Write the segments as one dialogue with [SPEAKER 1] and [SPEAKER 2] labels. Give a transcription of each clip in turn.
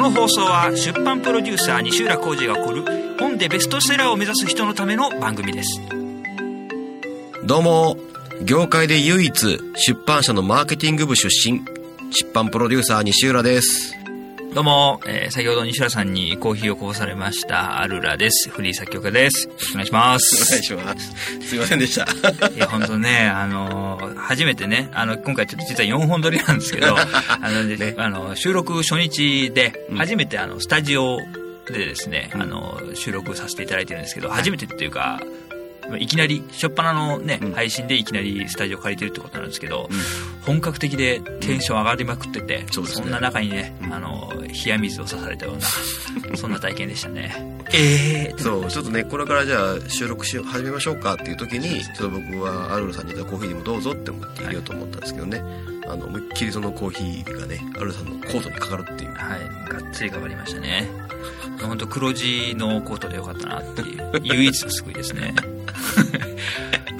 [SPEAKER 1] の放送は出版プロデューサー西浦浩二が送る本でベストセラーを目指す人のための番組です
[SPEAKER 2] どうも、業界で唯一出版社のマーケティング部出身、出版プロデューサー西浦です。
[SPEAKER 1] どうも、えー先ほど西浦さんにコーヒーをこぼされましたアルラですフリー作曲家ですお願いしま
[SPEAKER 2] お願い
[SPEAKER 1] す
[SPEAKER 2] します。すいませんでした。
[SPEAKER 1] いや本当ねあのー初めてねあの今回ちょっと実は4本撮りなんですけ どあの、であの収録初日で
[SPEAKER 2] うん
[SPEAKER 1] 初めてあのスタジオでですね、あの収録させていただいてるんですけど、初めてっていうかまあいきなり初っ端のね、
[SPEAKER 2] うん
[SPEAKER 1] 配信でいきなりスタジオ借りてるってことなんですけど、
[SPEAKER 2] うん
[SPEAKER 1] 本格的でテンション上がりまくってて、
[SPEAKER 2] そうですね
[SPEAKER 1] んな中にね、あの冷や水を刺されたよう なそんな体験でしたねええー、
[SPEAKER 2] そう、ちょっとね、これからじゃあ収録しよう始めましょうかっていう時に、ちょっと僕はアルルさんにいたコーヒーでもどうぞって思って入れようと思ったんですけどね、あの、思いっきりそのコーヒーがね、アルルさんのコートにかかるっていう。
[SPEAKER 1] はいがっつり頑張りましたね本当黒地のコートでよかったなっていう唯一の救いですね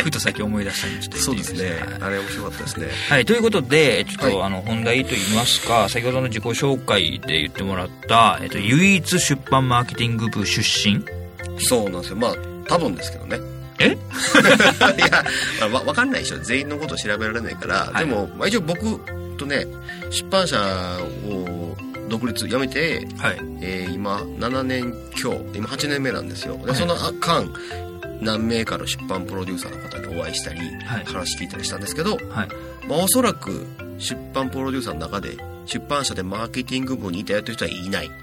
[SPEAKER 1] ふと先思い出したんでちょっと
[SPEAKER 2] そう
[SPEAKER 1] 言
[SPEAKER 2] で
[SPEAKER 1] って
[SPEAKER 2] す
[SPEAKER 1] みまし
[SPEAKER 2] ね
[SPEAKER 1] た。
[SPEAKER 2] あれ面白かったですね。
[SPEAKER 1] はい、ということで、ちょっと、
[SPEAKER 2] は
[SPEAKER 1] あの、本題といいますか、先ほどの自己紹介で言ってもらった、えっと、唯一出版マーケティング部出身
[SPEAKER 2] そうなんですよ。まあ、多分ですけどね。
[SPEAKER 1] え
[SPEAKER 2] いや、まあわ、わかんないでしょ。全員のこと調べられないから。
[SPEAKER 1] はい
[SPEAKER 2] でも、まあ、一応僕とね、出版社を独立辞めて、
[SPEAKER 1] はい。
[SPEAKER 2] えー今、7年強、今8年目なんですよ。で、
[SPEAKER 1] はい
[SPEAKER 2] その間、何名かの出版プロデューサーの方にお会いしたり、
[SPEAKER 1] はい
[SPEAKER 2] 話聞いたりしたんですけど、
[SPEAKER 1] はい。
[SPEAKER 2] まあ、おそらく出版プロデューサーの中で、出版社でマーケティング部にいたやという人はいない
[SPEAKER 1] うんう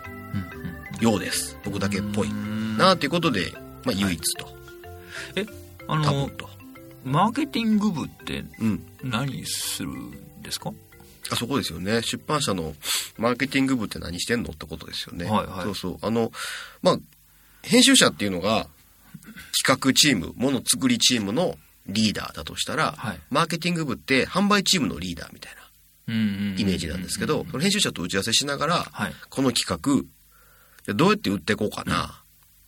[SPEAKER 1] ん
[SPEAKER 2] ようです。僕だけっぽい。
[SPEAKER 1] うん
[SPEAKER 2] なあということで、まあ、唯一と、
[SPEAKER 1] あ
[SPEAKER 2] 多分
[SPEAKER 1] の、
[SPEAKER 2] と。
[SPEAKER 1] マーケティング部って
[SPEAKER 2] うん。
[SPEAKER 1] 何するんですか
[SPEAKER 2] あそこですよね。出版社のマーケティング部って何してんのってことですよね。
[SPEAKER 1] はいはい
[SPEAKER 2] そうそう。あの、まあ、編集者っていうのが、企画チーム、もの作りチームのリーダーだとしたら、
[SPEAKER 1] はい
[SPEAKER 2] マーケティング部って販売チームのリーダーみたいな
[SPEAKER 1] うんうん
[SPEAKER 2] イメージなんですけど、その編集者と打ち合わせしながら、
[SPEAKER 1] はい。
[SPEAKER 2] この企画、どうやって売っていこうかな、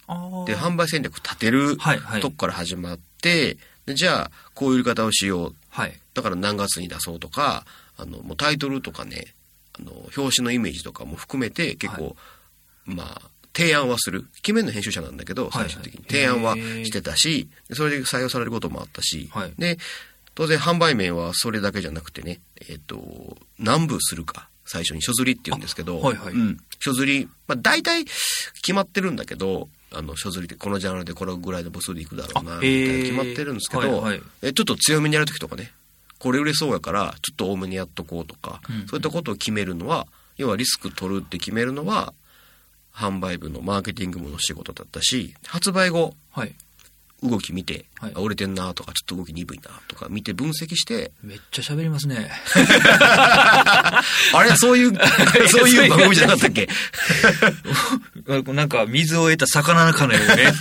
[SPEAKER 1] あー
[SPEAKER 2] で、販売戦略立てる
[SPEAKER 1] はいはい
[SPEAKER 2] とこから始まって、でじゃあ、こういう売り方をしよう
[SPEAKER 1] はい。
[SPEAKER 2] だから何月に出そうとか、あの、もうタイトルとかね、あの、表紙のイメージとかも含めて結構、
[SPEAKER 1] は
[SPEAKER 2] まあ、提案はする。決めるの編集者なんだけど、
[SPEAKER 1] はいはい
[SPEAKER 2] 最終的に。提案はしてたし、でそれで採用されることもあったし、
[SPEAKER 1] はい
[SPEAKER 2] で、当然販売面はそれだけじゃなくてね、えっ、と、何部するか、最初に書釣りって言うんですけど、
[SPEAKER 1] あはいはい
[SPEAKER 2] うん、書釣り、まあ大体決まってるんだけど、あの、書釣りってこのジャンルでこれぐらいの部数でいくだろうな、みたいな決まってるんですけど、
[SPEAKER 1] あへーはいはい
[SPEAKER 2] えちょっと強めにやるときとかね、これ売れそうやから、ちょっと多めにやっとこうとか、
[SPEAKER 1] うん
[SPEAKER 2] そういったことを決めるのは、要はリスク取るって決めるのは、販売部のマーケティング部の仕事だったし、発売後、
[SPEAKER 1] はい。
[SPEAKER 2] 動き見て、
[SPEAKER 1] はい
[SPEAKER 2] あ売れてんなとか、ちょっと動き鈍いなとか見て分析して、
[SPEAKER 1] めっちゃ喋りますね。
[SPEAKER 2] あれそ ういう、そういう番組じゃなかったっけ
[SPEAKER 1] なんか、水を得た魚のかのようにめっ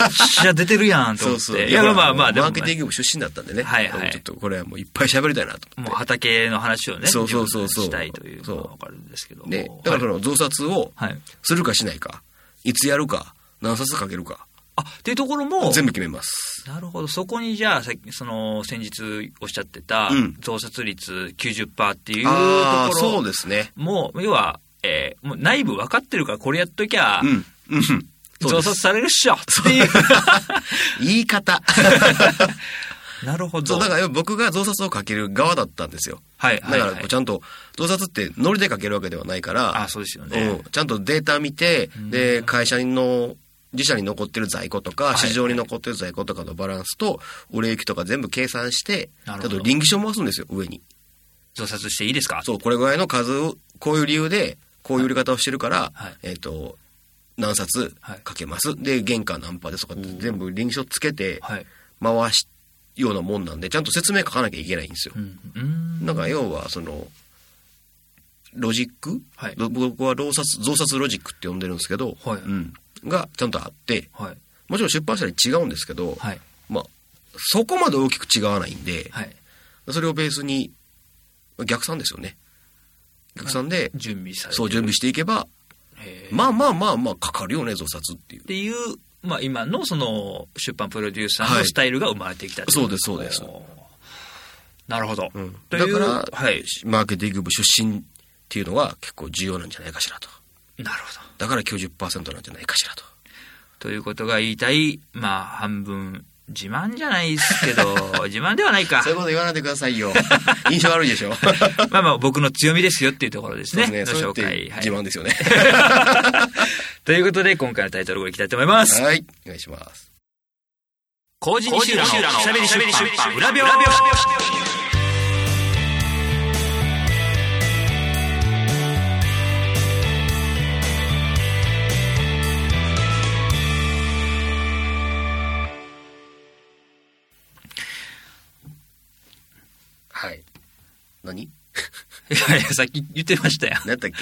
[SPEAKER 1] ちゃ出てるやんと思って。いや、まあまあ、で
[SPEAKER 2] マ
[SPEAKER 1] も
[SPEAKER 2] ーケティング部出身だったんでね。
[SPEAKER 1] はいはい
[SPEAKER 2] ちょっとこれはもういっぱい喋りたいなと思
[SPEAKER 1] も
[SPEAKER 2] っ
[SPEAKER 1] う畑の話をね、
[SPEAKER 2] そうそうそうそう
[SPEAKER 1] 自分がしたいというの
[SPEAKER 2] そ
[SPEAKER 1] は
[SPEAKER 2] う
[SPEAKER 1] わかるんですけど
[SPEAKER 2] て。
[SPEAKER 1] も。
[SPEAKER 2] ね、だからそ
[SPEAKER 1] はい
[SPEAKER 2] の増刷を
[SPEAKER 1] はい。
[SPEAKER 2] するかしないか、いつやるか、何冊かけるか、
[SPEAKER 1] あ、っていうところも、
[SPEAKER 2] 全部決めます。
[SPEAKER 1] なるほど。そこにじゃあ、さっきその、先日おっしゃってた
[SPEAKER 2] うん、
[SPEAKER 1] 増刷率90%っていうと
[SPEAKER 2] ああー
[SPEAKER 1] ころ
[SPEAKER 2] そうですね。
[SPEAKER 1] もう、要は、えーもう内部分かってるからこれやっときゃ
[SPEAKER 2] う、ん。うん。そう
[SPEAKER 1] 増
[SPEAKER 2] です
[SPEAKER 1] 刷されるっしょっていう。
[SPEAKER 2] 言い方。
[SPEAKER 1] なるほ
[SPEAKER 2] そ
[SPEAKER 1] ど。
[SPEAKER 2] う、だから僕が増刷をかける側だったんですよ。
[SPEAKER 1] はい、
[SPEAKER 2] だ
[SPEAKER 1] は
[SPEAKER 2] か
[SPEAKER 1] い。
[SPEAKER 2] ら
[SPEAKER 1] は
[SPEAKER 2] こ
[SPEAKER 1] いう
[SPEAKER 2] ちゃんと、増刷ってノリでかけるわけではないから、
[SPEAKER 1] あ、そうですよ
[SPEAKER 2] う
[SPEAKER 1] ね
[SPEAKER 2] ん。ちゃんとデータ見て、で、会社の、自社に残ってる在庫と
[SPEAKER 1] い
[SPEAKER 2] か、市場に残ってる在庫とかのバランスと、売れ行きとか全部計算して、ち
[SPEAKER 1] な
[SPEAKER 2] ゃん
[SPEAKER 1] るほど
[SPEAKER 2] と臨機書を回すんですよ、上に。
[SPEAKER 1] 増刷していいですか
[SPEAKER 2] そう、これぐらいの数を、こういう理由で、こういう売り方をしてるから、
[SPEAKER 1] はい
[SPEAKER 2] えっ、と、何冊かけます。で、原価何パーですとかって全部臨機書つけて、
[SPEAKER 1] はい。
[SPEAKER 2] 回しようなもんなんで、ちゃんと説明書かなきゃいけないんですよ
[SPEAKER 1] う。ん。うん
[SPEAKER 2] なんか要は、その、ロジック、
[SPEAKER 1] はい
[SPEAKER 2] ど僕は増刷、増刷ロジックって呼んでるんですけど、
[SPEAKER 1] はい
[SPEAKER 2] うんがちゃんとあって、
[SPEAKER 1] はい。
[SPEAKER 2] もちろん出版社に違うんですけど、
[SPEAKER 1] はい。
[SPEAKER 2] まあ、そこまで大きく違わないんで、
[SPEAKER 1] はい。
[SPEAKER 2] それをベースに、逆算ですよね。逆算で、
[SPEAKER 1] 準備されてる。
[SPEAKER 2] そう準備していけば、
[SPEAKER 1] へー
[SPEAKER 2] まあまあまあまあかかるよね、増刷っていう
[SPEAKER 1] っ。ていう、まあ、今のその出版プロデューサー
[SPEAKER 2] は
[SPEAKER 1] の
[SPEAKER 2] い
[SPEAKER 1] スタイルが生まれてきたってい
[SPEAKER 2] そうですそうです
[SPEAKER 1] おーなるほど。
[SPEAKER 2] うん
[SPEAKER 1] と
[SPEAKER 2] だ
[SPEAKER 1] い
[SPEAKER 2] か
[SPEAKER 1] う
[SPEAKER 2] ら、
[SPEAKER 1] はい。
[SPEAKER 2] マーケティング部出身っていうのは結構重要なんじゃないかしらと。
[SPEAKER 1] なるほど。
[SPEAKER 2] だから90%なんじゃないかしらと。
[SPEAKER 1] ということが言いたい、まあ、半分、自慢じゃないですけど、自慢ではないか
[SPEAKER 2] そうい。うこと言わないでくださいよ。印象悪いでしょ。
[SPEAKER 1] まあまあ、僕の強みですよっていうところですね。
[SPEAKER 2] そうです
[SPEAKER 1] の
[SPEAKER 2] ね
[SPEAKER 1] 紹介。は
[SPEAKER 2] そ
[SPEAKER 1] い。
[SPEAKER 2] れって自慢ですよね。
[SPEAKER 1] ということで、今回のタイトルをいきたいと思います。
[SPEAKER 2] はい。お願いします。
[SPEAKER 1] 工事西浦のおしゃべり出版裏表
[SPEAKER 2] はい。何
[SPEAKER 1] いやいや、さっき言ってましたよ。
[SPEAKER 2] 何やったっけ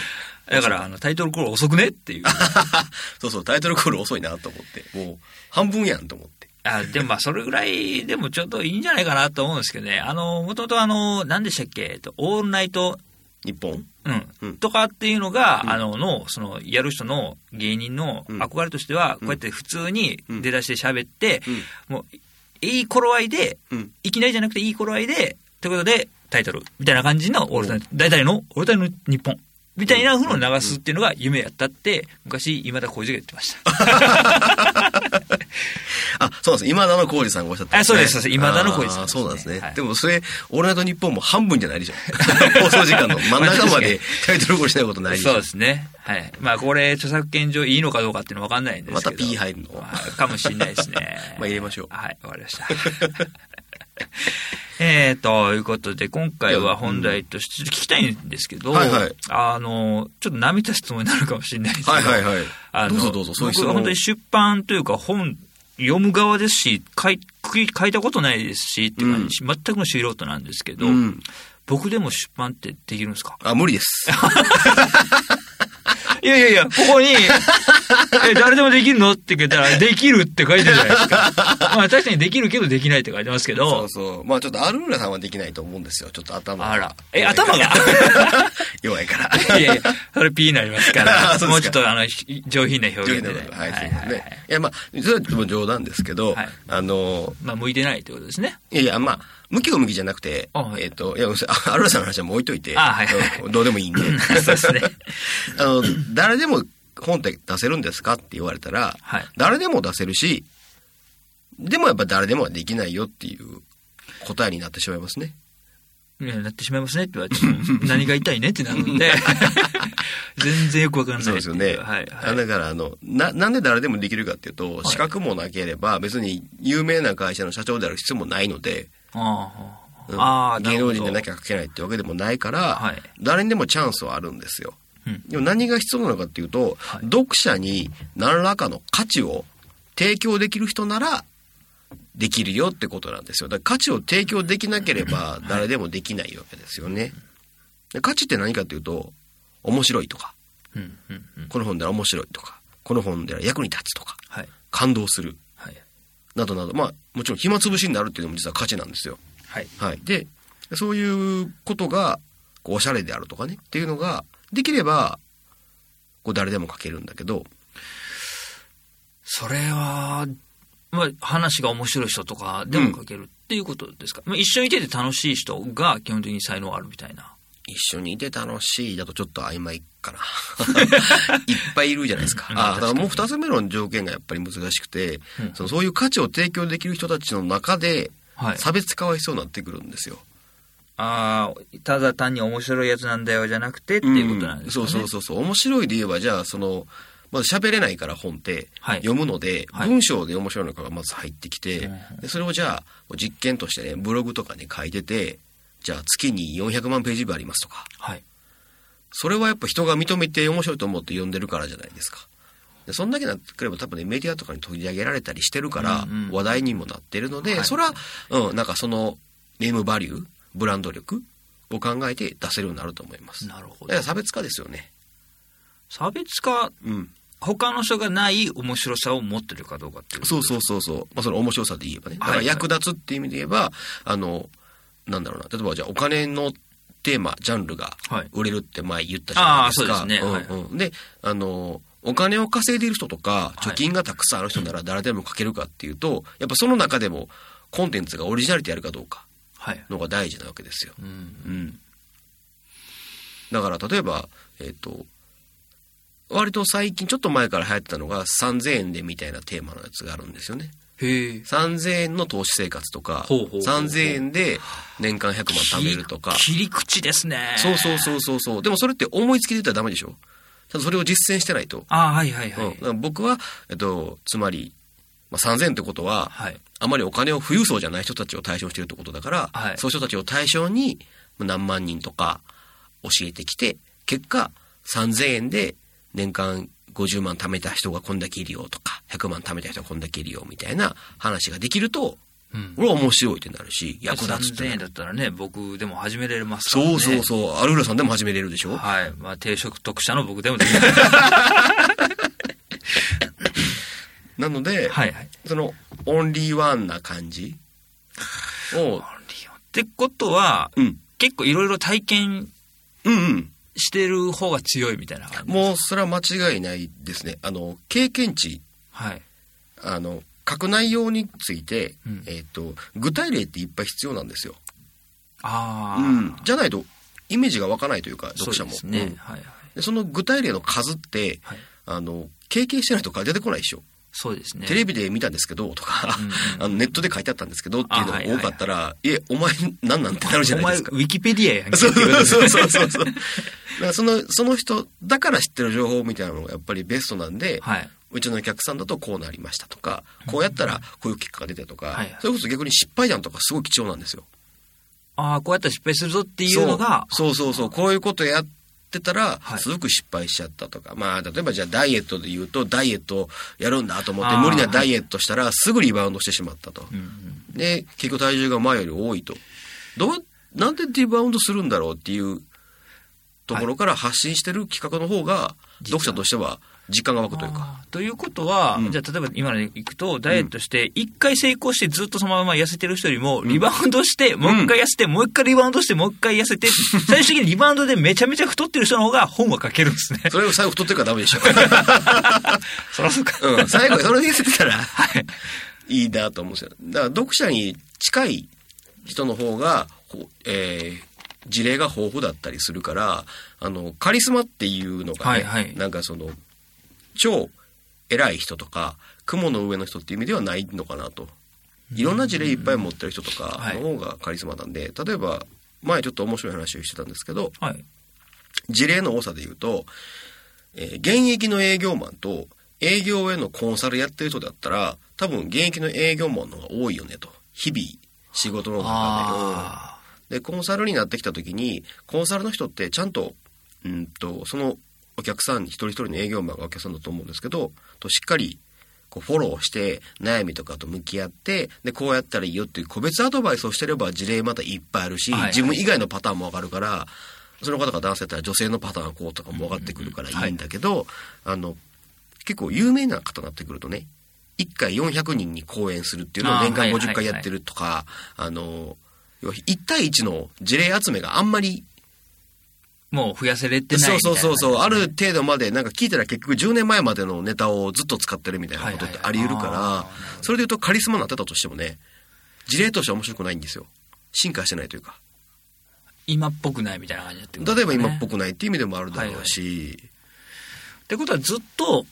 [SPEAKER 1] だから、あの、タイトルコール遅くねっていう。
[SPEAKER 2] そうそう、タイトルコール遅いなと思って。もう、半分やんと思って。
[SPEAKER 1] あでもまあ、それぐらいでもちょっといいんじゃないかなと思うんですけどね。あの、もともとあの、何でしたっけ、えっとオールナイト、
[SPEAKER 2] 日本
[SPEAKER 1] うん、
[SPEAKER 2] うん
[SPEAKER 1] とかっていうのが、あの、の、その、やる人の芸人の
[SPEAKER 2] うん
[SPEAKER 1] 憧れとしては、こうやって普通に
[SPEAKER 2] うん
[SPEAKER 1] 出だして喋って、もう、いい頃合いで、
[SPEAKER 2] うん。
[SPEAKER 1] いきなりじゃなくていい頃合いで、ということで、タイトル、みたいな感じの、オールナイト、大体の、オールナイトの日本、みたいな風の流すっていうのが夢やったって、昔、今田耕司が言ってました。
[SPEAKER 2] あ、そうなんです。今田の浩二さんがおっしゃってま
[SPEAKER 1] あそうですそうです今田の浩二さん
[SPEAKER 2] あーそうなんですね。
[SPEAKER 1] はい
[SPEAKER 2] でもそれ、オールナイト日本も半分じゃないでしょ。 放送時間の 真ん中までタイトルコールしないことないでし
[SPEAKER 1] そう
[SPEAKER 2] ょ
[SPEAKER 1] で。すね。はい。まあ、これ、著作権上いいのかどうかっていうのは分かんないんですけど。
[SPEAKER 2] また P 入るの
[SPEAKER 1] まあかもしれないですね
[SPEAKER 2] 。まあ入れましょう
[SPEAKER 1] はい、わかりました。 えー、ということで、今回は本題として、ちょっと聞きたいんですけど、
[SPEAKER 2] はいはい
[SPEAKER 1] あの、ちょっと涙すつもりになるかもしれないですけど、
[SPEAKER 2] はいはいはい。
[SPEAKER 1] あ
[SPEAKER 2] ど
[SPEAKER 1] の
[SPEAKER 2] うぞどうぞ、そういう質
[SPEAKER 1] 僕は
[SPEAKER 2] 問
[SPEAKER 1] 本当に出版というか、本、読む側ですし、書い書いたことないですし、っていう感じ、全くの素人なんですけど、
[SPEAKER 2] うん。
[SPEAKER 1] 僕でも出版ってできるんですか
[SPEAKER 2] あ、無理 です。
[SPEAKER 1] いやいやいや、ここ に、え、誰でもできるのって聞いたら、できるって書いてるじゃないですか。まあ確かにできるけどできないって書いてますけ
[SPEAKER 2] そ
[SPEAKER 1] ど
[SPEAKER 2] う、そう。まあちょっとアルムラさんはできないと思うんですよ。ちょっと頭が。
[SPEAKER 1] あら。え、頭 が
[SPEAKER 2] 弱いか ら。
[SPEAKER 1] い やいや、それ P になりますから、
[SPEAKER 2] あそうですか
[SPEAKER 1] もうちょっとあの、ひ上品な表
[SPEAKER 2] 上
[SPEAKER 1] 現
[SPEAKER 2] 品な
[SPEAKER 1] でね。
[SPEAKER 2] ことはい、
[SPEAKER 1] は
[SPEAKER 2] そう
[SPEAKER 1] い
[SPEAKER 2] で
[SPEAKER 1] は
[SPEAKER 2] す
[SPEAKER 1] いはい
[SPEAKER 2] ね。いや、まあ、それはちょっと冗談ですけど、
[SPEAKER 1] はい
[SPEAKER 2] あの、
[SPEAKER 1] まあ向いてないってことです ね。
[SPEAKER 2] いやいや、まあ、向きを向きじゃなくて
[SPEAKER 1] あ、はい
[SPEAKER 2] えっ、と、いや、あアルラさんの話はもう置いといて、
[SPEAKER 1] あはいはい
[SPEAKER 2] うんどうでも いいんで。
[SPEAKER 1] そうですね。
[SPEAKER 2] あの、誰でも本って出せるんですかって言われたら、
[SPEAKER 1] はい
[SPEAKER 2] 誰でも出せるし、でもやっぱ誰でもはできないよっていう答えになってしまいますね。
[SPEAKER 1] いやなってしまいますねって言われて、何が痛いねってなるん で、全然よくわかんないって
[SPEAKER 2] そう
[SPEAKER 1] い
[SPEAKER 2] ですよね。
[SPEAKER 1] はい
[SPEAKER 2] あ
[SPEAKER 1] はい。
[SPEAKER 2] だから、あの、な、なんで誰でもできるかっていうと、資格もなければ、別に有名な会社の社長である必要もないので、
[SPEAKER 1] あ
[SPEAKER 2] う
[SPEAKER 1] ー
[SPEAKER 2] ん
[SPEAKER 1] あー、な
[SPEAKER 2] 芸
[SPEAKER 1] るほ
[SPEAKER 2] 能
[SPEAKER 1] ど
[SPEAKER 2] 人でなきゃ書けないってわけでもないから、
[SPEAKER 1] はい
[SPEAKER 2] 誰にでもチャンスはあるんですよ。
[SPEAKER 1] うん
[SPEAKER 2] でも何が必要なのかっていうと、
[SPEAKER 1] はい
[SPEAKER 2] 読者に何らかの価値を提供できる人ならできるよってことなんですよ。だから価値を提供できなければ誰でもできないわけですよね。で価値って何かっていうと、面白いとか、
[SPEAKER 1] うんうんうん。
[SPEAKER 2] この本では面白いとか、この本では役に立つとか、
[SPEAKER 1] はい。
[SPEAKER 2] 感動する、
[SPEAKER 1] はい。
[SPEAKER 2] などなど、まあもちろん暇つぶしになるっていうのも実は価値なんですよ。
[SPEAKER 1] はい。
[SPEAKER 2] はい、でそういうことがこうおしゃれであるとかねっていうのができればこう誰でも書けるんだけど
[SPEAKER 1] それは、まあ、話が面白い人とかでも書けるっていうことですか、まあ、一緒にいてて楽しい人が基本的に才能あるみたいな。
[SPEAKER 2] 一緒にいて楽しいだとちょっと曖昧かないっぱいいるじゃないですかあだからもう2つ目の条件がやっぱり難しくて、
[SPEAKER 1] うん
[SPEAKER 2] そのそういう価値を提供できる人たちの中で
[SPEAKER 1] はい。
[SPEAKER 2] 差別化は必要になってくるんですよ、
[SPEAKER 1] ああ、ただ単に面白いやつなんだよじゃなくてっていうことなんですかね。
[SPEAKER 2] うんそうそうそうそう面白いで言えばじゃあそのまず喋れないから本って
[SPEAKER 1] はい
[SPEAKER 2] 読むので、
[SPEAKER 1] はい
[SPEAKER 2] 文章で面白いのかがまず入ってきて、
[SPEAKER 1] うん
[SPEAKER 2] でそれをじゃあ実験としてねブログとかに書いててじゃあ月に400万ページ分ありますとか
[SPEAKER 1] はい。
[SPEAKER 2] それはやっぱ人が認めて面白いと思って読んでるからじゃないですかでそんだけなってくれば多分ねメディアとかに取り上げられたりしてるから
[SPEAKER 1] うんうん
[SPEAKER 2] 話題にもなってるので、
[SPEAKER 1] はい
[SPEAKER 2] それは、うん、なんかそのネームバリューブランド力を考えて出せるようになると思いますだ
[SPEAKER 1] なるほ
[SPEAKER 2] か
[SPEAKER 1] ど
[SPEAKER 2] ら。差別化ですよね
[SPEAKER 1] 差別化、
[SPEAKER 2] うん、
[SPEAKER 1] 他の人がない面白さを持ってるかどうかっていうこと
[SPEAKER 2] そうそうそうそう、まあ、その面白さで言えばねだか
[SPEAKER 1] はい
[SPEAKER 2] ら
[SPEAKER 1] はい
[SPEAKER 2] 役立つっていう意味で言えば、あのなんだろうな例えばじゃあお金のテーマジャンルが
[SPEAKER 1] はい
[SPEAKER 2] 売れるって前言ったじゃないですか、
[SPEAKER 1] ああそうですねはい
[SPEAKER 2] んうん、であのお金を稼いでいる人とか
[SPEAKER 1] はい
[SPEAKER 2] 貯金がたくさんある人 なら誰でも書けるかっていうとやっぱその中でもコンテンツがオリジナリティあるかどうか
[SPEAKER 1] はい。
[SPEAKER 2] のが大事なわけですよ
[SPEAKER 1] うん。
[SPEAKER 2] うん、だから例えば、えっと割と最近、ちょっと前から流行ってたのが、3000円でみたいなテーマのやつがあるんですよね。
[SPEAKER 1] へえ。
[SPEAKER 2] 3000円の投資生活とか、
[SPEAKER 1] ほうほうほうほう
[SPEAKER 2] 3000円で年間100万貯めるとか。
[SPEAKER 1] 切り口ですね。
[SPEAKER 2] そうそうそうそうそう。でもそれって思いつきで言ったらダメでしょただそれを実践してないと。
[SPEAKER 1] ああ、はいはいは
[SPEAKER 2] うん、だ
[SPEAKER 1] い
[SPEAKER 2] か。ら僕は、えっと、つまり、まあ、3000円ってことは、
[SPEAKER 1] はい。
[SPEAKER 2] あまりお金を富裕層じゃない人たちを対象にしてるってことだから、
[SPEAKER 1] はい
[SPEAKER 2] そういう人たちを対象にまあ何万人とか教えてきて、結果3000円で年間50万貯めた人がこんだけいるよとか、100万貯めた人がこんだけいるよみたいな話ができると、
[SPEAKER 1] うん。
[SPEAKER 2] 俺は面白いってなるし、役立つって
[SPEAKER 1] 3000
[SPEAKER 2] な
[SPEAKER 1] 円
[SPEAKER 2] る。
[SPEAKER 1] だったらね、僕でも始められますからね。
[SPEAKER 2] そうそうそう。アルーラさんでも始めれるでしょ
[SPEAKER 1] はい。まあ、低所得者の僕でもできる
[SPEAKER 2] なので、
[SPEAKER 1] はいはい。
[SPEAKER 2] その、オンリーワンな感じ を、
[SPEAKER 1] ってことは、
[SPEAKER 2] うん。
[SPEAKER 1] 結構いろいろ体験
[SPEAKER 2] うんうん。
[SPEAKER 1] してる方が強いみたいな感じ。
[SPEAKER 2] もう、それは間違いないですね。あの、経験値、
[SPEAKER 1] はい。
[SPEAKER 2] あの、書く内容について、
[SPEAKER 1] うん
[SPEAKER 2] えっ、と、具体例っていっぱい必要なんですよ。
[SPEAKER 1] ああ、
[SPEAKER 2] うん。じゃないと、イメージが湧かないというか、
[SPEAKER 1] そう
[SPEAKER 2] 読者も。
[SPEAKER 1] です
[SPEAKER 2] う
[SPEAKER 1] ね
[SPEAKER 2] ん。
[SPEAKER 1] はいはい。
[SPEAKER 2] でその具体例の数って、
[SPEAKER 1] はい
[SPEAKER 2] あの、経験してないとか出てこないでしょ。
[SPEAKER 1] そうですね。
[SPEAKER 2] テレビで見たんですけど、とか、
[SPEAKER 1] うんうん
[SPEAKER 2] あのネットで書いてあったんですけどっていうの
[SPEAKER 1] あはいはいは
[SPEAKER 2] が
[SPEAKER 1] い
[SPEAKER 2] 多かったら、いえ、お前何なんてなるじゃ
[SPEAKER 1] お
[SPEAKER 2] な
[SPEAKER 1] 前、
[SPEAKER 2] いです
[SPEAKER 1] ウ
[SPEAKER 2] か。
[SPEAKER 1] ィキペディアやんけ
[SPEAKER 2] そう
[SPEAKER 1] っていうことですね
[SPEAKER 2] そうそうそうそう。だからその、その人だから知ってる情報みたいなのがやっぱりベストなん で、
[SPEAKER 1] はい。
[SPEAKER 2] うちのお客さんだとこうなりましたとか、こうやったらこういう結果が出たとか、
[SPEAKER 1] はい
[SPEAKER 2] それこそ逆に失敗談とかすごい貴重なんですよ。
[SPEAKER 1] ああ、こうやったら失敗するぞっていうのが、
[SPEAKER 2] そうそうそうそう、こういうことやってたら
[SPEAKER 1] は、い
[SPEAKER 2] すごく失敗しちゃったとか、まあ、例えばじゃあダイエットで言うと、ダイエットやるんだと思って、
[SPEAKER 1] あー
[SPEAKER 2] 無理なダイエットしたら、すぐリバウンドしてしまったと。
[SPEAKER 1] うんうん
[SPEAKER 2] で、結構体重が前より多いと。どう、なんでリバウンドするんだろうっていうところから発信してる企画の方が、読者としては実感が湧くというか。
[SPEAKER 1] あーということは、
[SPEAKER 2] うん。
[SPEAKER 1] じゃあ例えば今のでいくと、ダイエットして、一回成功してずっとそのまま痩せてる人よりも、リバウンドして、もう一回痩せて、もう一回リバウンドして、もう一回痩せ て、最終的にリバウンドでめちゃめちゃ太ってる人の方が本は書けるんですね
[SPEAKER 2] それを最後太ってるからダメでしょ。
[SPEAKER 1] そらそうか。
[SPEAKER 2] うん、最後それで捨てたら
[SPEAKER 1] はい。
[SPEAKER 2] いいなと思うんですよ。だから読者に近い人の方が、こうえー事例が豊富だったりするから、あの、カリスマっていうのがね、
[SPEAKER 1] はいはい
[SPEAKER 2] なんかその、超偉い人とか、雲の上の人っていう意味ではないのかなと。いろんな事例いっぱい持ってる人とかの方がカリスマなんで、例えば、前ちょっと面白い話をしてたんですけど、
[SPEAKER 1] はい。
[SPEAKER 2] 事例の多さで言うと、えー現役の営業マンと営業へのコンサルやってる人だったら、多分現役の営業マンの方が多いよねと。日々、仕事の中
[SPEAKER 1] あ
[SPEAKER 2] で。うんで、コンサルになってきた時に、コンサルの人ってちゃんと、うんと、そのお客さん、一人一人の営業マンがお客さんだと思うんですけど、としっかり、こうフォローして悩みとかと向き合ってでこうやったらいいよっていう個別アドバイスをしてれば事例またいっぱいあるし、
[SPEAKER 1] はいはい
[SPEAKER 2] 自分以外のパターンもわかるからその方が男性だったら女性のパターンはこうとかも分かってくるからいいんだけど、あの結構有名な方になってくるとね1回400人に講演するっていうのを
[SPEAKER 1] あー
[SPEAKER 2] 年間
[SPEAKER 1] はいはいはい
[SPEAKER 2] 50回やってるとかあ,、の要は1対1の事例集めがあんまり
[SPEAKER 1] ーもう増やせれてないみたいな
[SPEAKER 2] そうそうそうそう、ある程度までなんか聞いたら結局10年前までのネタをずっと使ってるみたいなことってあり得るから、
[SPEAKER 1] はいはいはいあ
[SPEAKER 2] それで言うとカリスマになってたとしてもね事例としては面白くないんですよ進化してないというか
[SPEAKER 1] 今っぽくないみたいな感じになってくるん
[SPEAKER 2] 例
[SPEAKER 1] で
[SPEAKER 2] え
[SPEAKER 1] す
[SPEAKER 2] ば
[SPEAKER 1] ね、
[SPEAKER 2] 今っぽくないっていう意味でもあるだろうし、
[SPEAKER 1] ってことはずっと、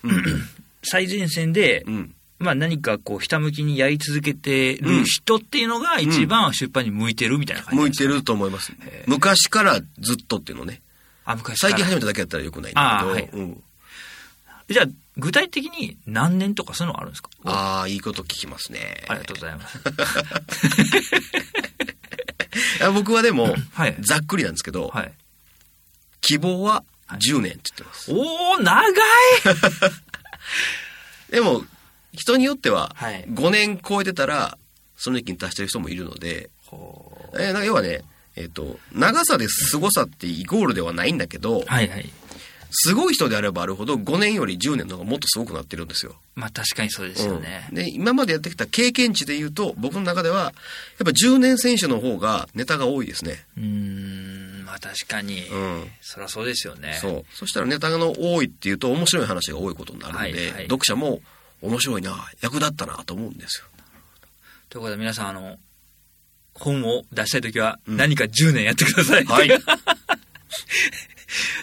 [SPEAKER 1] 最前線で、
[SPEAKER 2] うん
[SPEAKER 1] まあ何かこう、ひたむきにやり続けてる人っていうのが一番出版に向いてるみたいな感じな
[SPEAKER 2] 向
[SPEAKER 1] ん
[SPEAKER 2] い
[SPEAKER 1] です
[SPEAKER 2] て
[SPEAKER 1] か、
[SPEAKER 2] ると思います
[SPEAKER 1] へー
[SPEAKER 2] 昔からずっとっていうのね
[SPEAKER 1] あ、昔か
[SPEAKER 2] 最
[SPEAKER 1] ら
[SPEAKER 2] 近始めただけだったらよくないんだけど
[SPEAKER 1] あーはい
[SPEAKER 2] うん、
[SPEAKER 1] じゃあ、具体的に何年とかそういうのあるんですかあ
[SPEAKER 2] ああいいこと聞きますね
[SPEAKER 1] りがとうございます。
[SPEAKER 2] いや僕はでも、
[SPEAKER 1] はい
[SPEAKER 2] ざっくりなんですけど、
[SPEAKER 1] はい。
[SPEAKER 2] 希望は10年って言ってます、
[SPEAKER 1] おー、長い
[SPEAKER 2] でも人によっては
[SPEAKER 1] はい
[SPEAKER 2] 5年超えてたらその域に達してる人もいるので、
[SPEAKER 1] ほ
[SPEAKER 2] えーなんか要はねえっ、と長さで凄さってイコールではないんだけど
[SPEAKER 1] うはいはい。
[SPEAKER 2] すごい人であればあるほど5年より10年の方がもっとすごくなってるんですよ
[SPEAKER 1] まあ確かにそうですよね。
[SPEAKER 2] うんで今までやってきた経験値で言うと僕の中ではやっぱ10年選手の方がネタが多いですね
[SPEAKER 1] うーん、まあ確かに。
[SPEAKER 2] うん
[SPEAKER 1] そりゃそうですよね。
[SPEAKER 2] そうそしたらネタの多いっていうと面白い話が多いことになるので、
[SPEAKER 1] はいはい
[SPEAKER 2] 読者も面白いな役立ったなと思うんですよ
[SPEAKER 1] ということで皆さん、あの、本を出したいときは何か10年やってください。
[SPEAKER 2] はい
[SPEAKER 1] という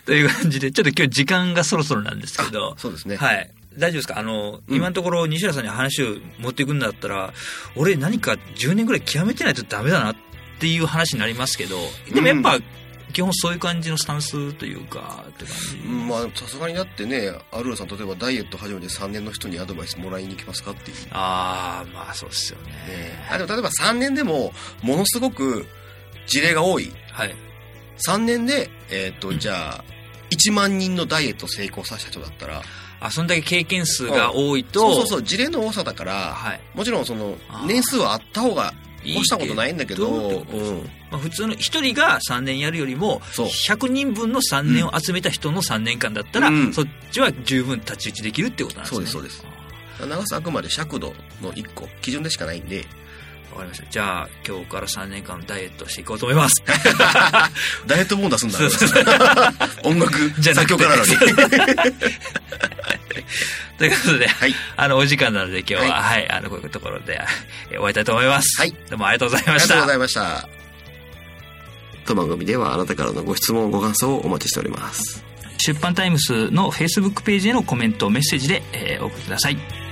[SPEAKER 1] という感じで、ちょっと今日時間がそろそろなんですけど
[SPEAKER 2] あ、そうですね
[SPEAKER 1] はい。大丈夫ですかあの、
[SPEAKER 2] うん
[SPEAKER 1] 今のところ西浦さんに話を持っていくんだったら、俺何か10年ぐらい極めてないとダメだなっていう話になりますけど、でもやっぱ、基本そういう感じのスタンスというか、って感じ。
[SPEAKER 2] うんまあさすがにだってねアルーさん例えばダイエット始めて3年の人にアドバイスもらいに行きますかっていうね
[SPEAKER 1] ああ、まあそうっすよね。
[SPEAKER 2] あでも例えば3年でもものすごく事例が多い
[SPEAKER 1] はい。
[SPEAKER 2] 3年でえっ、とじゃあ1万人のダイエットを成功させた人だったら
[SPEAKER 1] あ、そんだけ経験数が多いと、
[SPEAKER 2] そうそうそう事例の多さだから
[SPEAKER 1] はい。
[SPEAKER 2] もちろんその
[SPEAKER 1] あー
[SPEAKER 2] 年数はあった方が
[SPEAKER 1] いいけど
[SPEAKER 2] 越したことないんだけど
[SPEAKER 1] ってこと
[SPEAKER 2] うん
[SPEAKER 1] まあ、普通の一人が3年やるよりも
[SPEAKER 2] そう
[SPEAKER 1] 100人分の3年を集めた人の3年間だったら、
[SPEAKER 2] うん
[SPEAKER 1] そっちは十分太刀打ちできるってことなんですね
[SPEAKER 2] そうですそう長さあくまで尺度の1個基準でしかないん で
[SPEAKER 1] わかりましたじゃあ今日から3年間ダイエットしていこうと思います
[SPEAKER 2] ダイエットボーン出すんだ
[SPEAKER 1] そうそうそう
[SPEAKER 2] 音楽
[SPEAKER 1] じゃなく
[SPEAKER 2] 作
[SPEAKER 1] て
[SPEAKER 2] 曲家 なのに
[SPEAKER 1] ということで、
[SPEAKER 2] はい
[SPEAKER 1] あのお時間なので今日は、はいあのこういうところでえ終わりたいと思います、
[SPEAKER 2] はい
[SPEAKER 1] どうもありがとうござい
[SPEAKER 2] あ
[SPEAKER 1] ま
[SPEAKER 2] りが
[SPEAKER 1] し
[SPEAKER 2] とうご
[SPEAKER 1] た
[SPEAKER 2] ざいました。当番組ではあなたからのご質問、ご感想をお待ちしております。
[SPEAKER 1] 出版タイムスのフェイスブックページへのコメントメッセージで、えーお送りください